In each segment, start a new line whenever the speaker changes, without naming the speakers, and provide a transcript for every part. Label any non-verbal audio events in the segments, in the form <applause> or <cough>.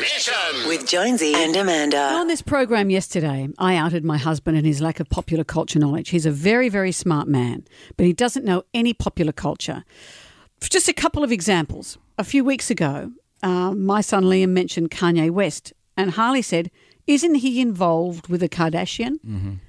Mission.
With Jonesy and Amanda.
On this program yesterday, I outed my husband and his lack of popular culture knowledge. He's a very, very smart man, but he doesn't know any popular culture. Just a couple of examples. A few weeks ago, uh, my son Liam mentioned Kanye West, and Harley said, Isn't he involved with a Kardashian?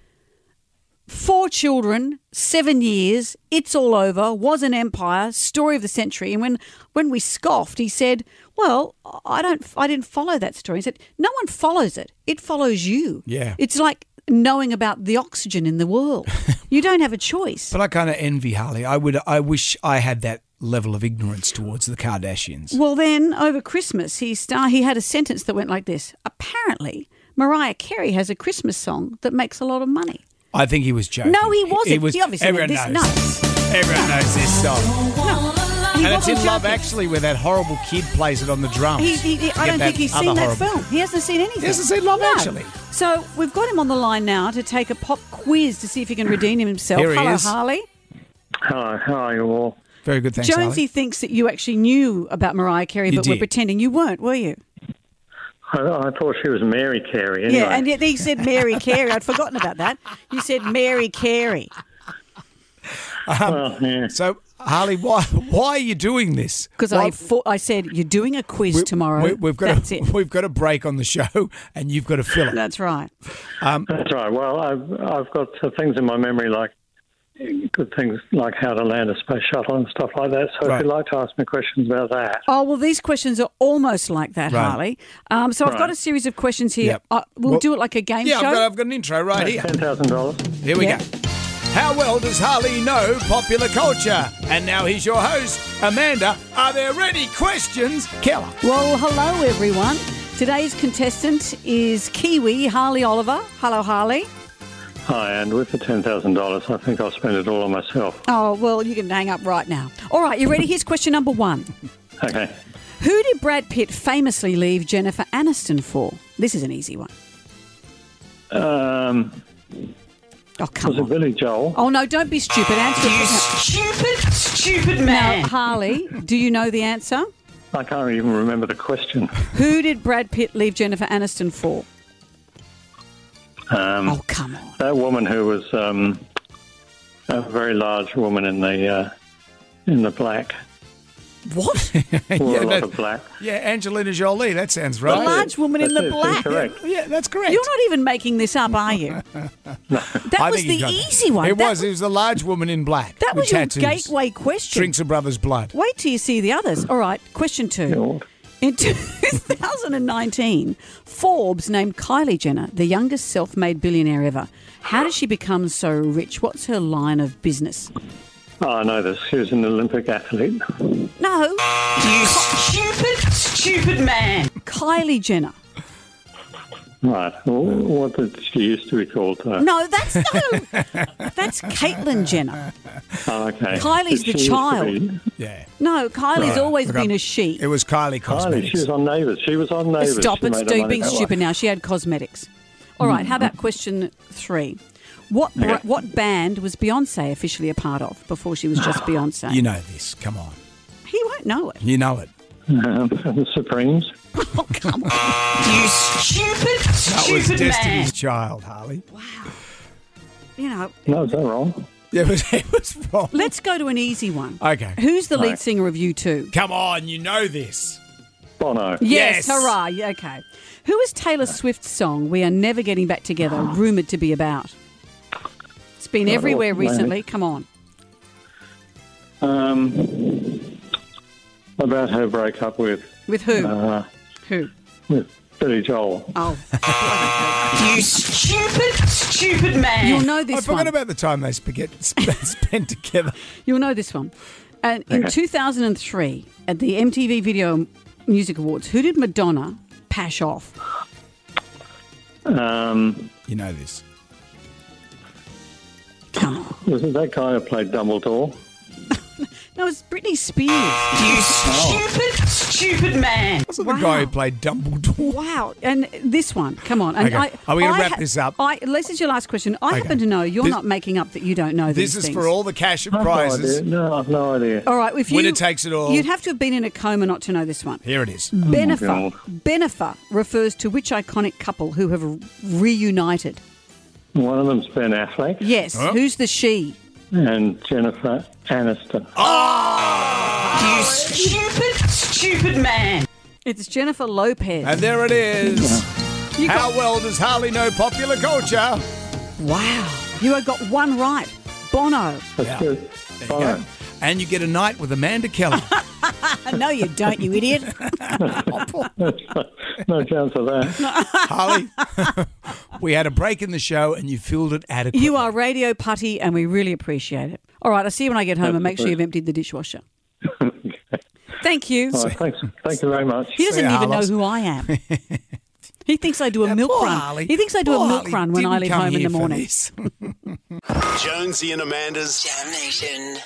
Four children, seven years, it's all over, was an empire, story of the century. And when, when we scoffed, he said, Well, I don't I didn't follow that story. He said, No one follows it. It follows you.
Yeah.
It's like knowing about the oxygen in the
<laughs>
world. you don't have a choice.
But I kind of envy Harley. I would. I wish I had that level of ignorance towards the Kardashians.
Well, then over Christmas, he star- he had a sentence that went like this: Apparently, Mariah Carey has a Christmas song that makes a lot of money.
I think he was joking.
No, he wasn't. He obviously
everyone
went this
knows.
nuts.
Everyone knows this song,
He
and it's in
wasn't
Love
joking.
Actually, where that horrible kid plays it on the drums.
He, he, he- I
Get
don't
that
think he's
other
seen that
horrible-
film. He hasn't seen anything.
He hasn't seen Love Actually.
So we've got him on the line now to take a pop quiz to see if he can redeem himself.
Here he
Hello,
is.
Harley.
Hi, hi, you all.
Very good, thanks,
Jonesy
Harley.
thinks that you actually knew about Mariah Carey,
You
but we're
did.
pretending you weren't, were you?
I, I thought she was Mary Carey. Anyway.
Yeah, and yet he said Mary Carey. I'd forgotten about that. You said Mary Carey.
well, yeah.
So, Harley, why why are you doing this?
Because
Why-
I, fo- I said you're doing a quiz
we-
tomorrow.
<laughs> We, we've got
That's
a,
it.
we've got a break on the show, and you've got to fill it.
That's right.
That's right. Well, I've, I've got some things in my memory like good things like how to land a space shuttle and stuff like that. So
Right.
if you'd like to ask me questions about that,
Oh well, these questions are almost like that,
Right.
Harley. Um, so I've got a series of questions here.
Yep.
Uh, we'll,
Well-
do it like a game
Yeah,
show.
I've got, I've got an intro right here.
$10,000.
Here we
Yeah.
go. How well does Harley know popular culture? And now he's your host, Amanda. Are there any questions, Keller?
Well, hello everyone. Today's contestant is Kiwi Harley Oliver. Hello, Harley.
Hi, and with the $10,000, I think I'll spend it all on myself.
Oh well, you can hang up right now. All right, you ready? Here's question number one.
Okay.
Who did Brad Pitt famously leave Jennifer Aniston for? This is an easy one.
Um,
Oh
was
come
it
on.
Billy Joel?
Oh no, don't be stupid. Answer it.
Stupid, stupid
Now, Harley, do you know the answer?
I can't even remember the question.
Who did Brad Pitt leave Jennifer Aniston for?
Um,
Oh, come on.
That woman who was um, a very large woman in the uh, in the black,
What?
wore
<laughs>
a
Yeah,
lot
that-
of black.
Yeah, Angelina Jolie. That sounds
A
right.
large woman in the
That's it,
black.
that's correct.
Yeah, that's correct.
You're not even making this up, are
<laughs>
you? That
I
was
think you
the
got that.
easy one.
It
that,
was. It was the large woman in black.
That
with
was your
tattoos.
gateway question.
Drinks her brother's blood.
Wait till you see the others. All right, question two.
Lord.
In <laughs> 2019, Forbes named Kylie Jenner the youngest self made billionaire ever. How did she become so rich? What's her line of business?
Oh, I know this. She was an Olympic athlete.
No,
You stupid, stupid man.
Kylie Jenner.
Right. Well, what did she used to be called? Uh,
No,
<laughs>
that's no. That's Caitlyn Jenner.
oh, okay.
Kylie's
She
the
used to
child.
be-
Yeah.
No, Kylie's
Right.
always
Okay.
been a she.
It was Kylie
Kylie, she
Cosmetics.
was on Neighbours. She was on Neighbours.
Stop
She
it,
made her
Stu,
money
being
that way. Mm.
stupid now. She had cosmetics. All right, how about question three? What bra-
Okay.
what band was Beyonce officially a part of before
<sighs>
she was just Beyonce?
You know this. Come on.
He won't know it.
You know it.
Um, <laughs> the Supremes.
Oh, come on.
You stupid,
That was
stupid man.
Destiny's Child, Harley.
You know,
No, is that wrong?
It was, <laughs> it was wrong.
let's go to an easy one.
Okay.
Who's the lead
Right.
singer of U2?
Come on, you know this.
Bono.
Yes,
Yes.
hurrah. Yeah, okay. Who is Taylor Swift's song We Are Never Getting Back Together rumoured to be about? It's been everywhere
what's the name?
recently. Come on.
Um, about her breakup with
With who?
uh,
who?
with Billy Joel.
Oh,
<laughs> You stupid, stupid man.
you'll know
I
this
forgot
one.
about the time they spaghetti <laughs> spent together.
You'll know this one. And in 2003, at the MTV Video Music Awards, who did Madonna pash off?
Um,
You know this.
Come on.
wasn't that guy who played Dumbledore?
No, it's Britney Spears.
You stupid, stupid man.
This is the guy who
Wow.
played Dumbledore.
Wow. And this one, come on. And
Okay.
I,
Are we gonna
I
wrap this up?
I, this is your last question. I
Okay.
happen to know you're
This-
not making up that you don't know these
This is
things.
for all the cash and
I've
prizes.
No idea. No, I've no idea.
All right, if you
Winner takes it all.
You'd have to have been in a coma not to know this one.
Here it is.
Benefa.
Oh God.
Benefa refers to which iconic couple who have reunited?
One of them's Ben Affleck
Yes.
Oh.
Who's the she?
and Jennifer Aniston.
You stupid, stupid man.
It's Jennifer Lopez.
And there it is.
you
How
got,
well does Harley know popular culture?
wow. You have got one right. Bono.
That's
Yeah.
good.
There you go. And you get a night with
<laughs>
Amanda Kelly.
no, you don't, you idiot.
<laughs> no chance of that.
Harley, <laughs> we had a break in the show and you filled it
<laughs>
adequately.
you are radio putty, and we really appreciate it. All right, I'll see you when I get home, and make sure you've emptied the
<laughs>
dishwasher. Thank you.
All
<laughs>
right, thanks. Thank you very much.
He doesn't
See ya,
even know
Harlots.
who I
<laughs>
am. He thinks I do a
Yeah,
milk
poor
run.
Harley.
He thinks I do
Poor
a milk
Harley
run when
didn't
I leave
come
home in
here
the
for
morning.
this.
Jonesy and Amanda's Damnation.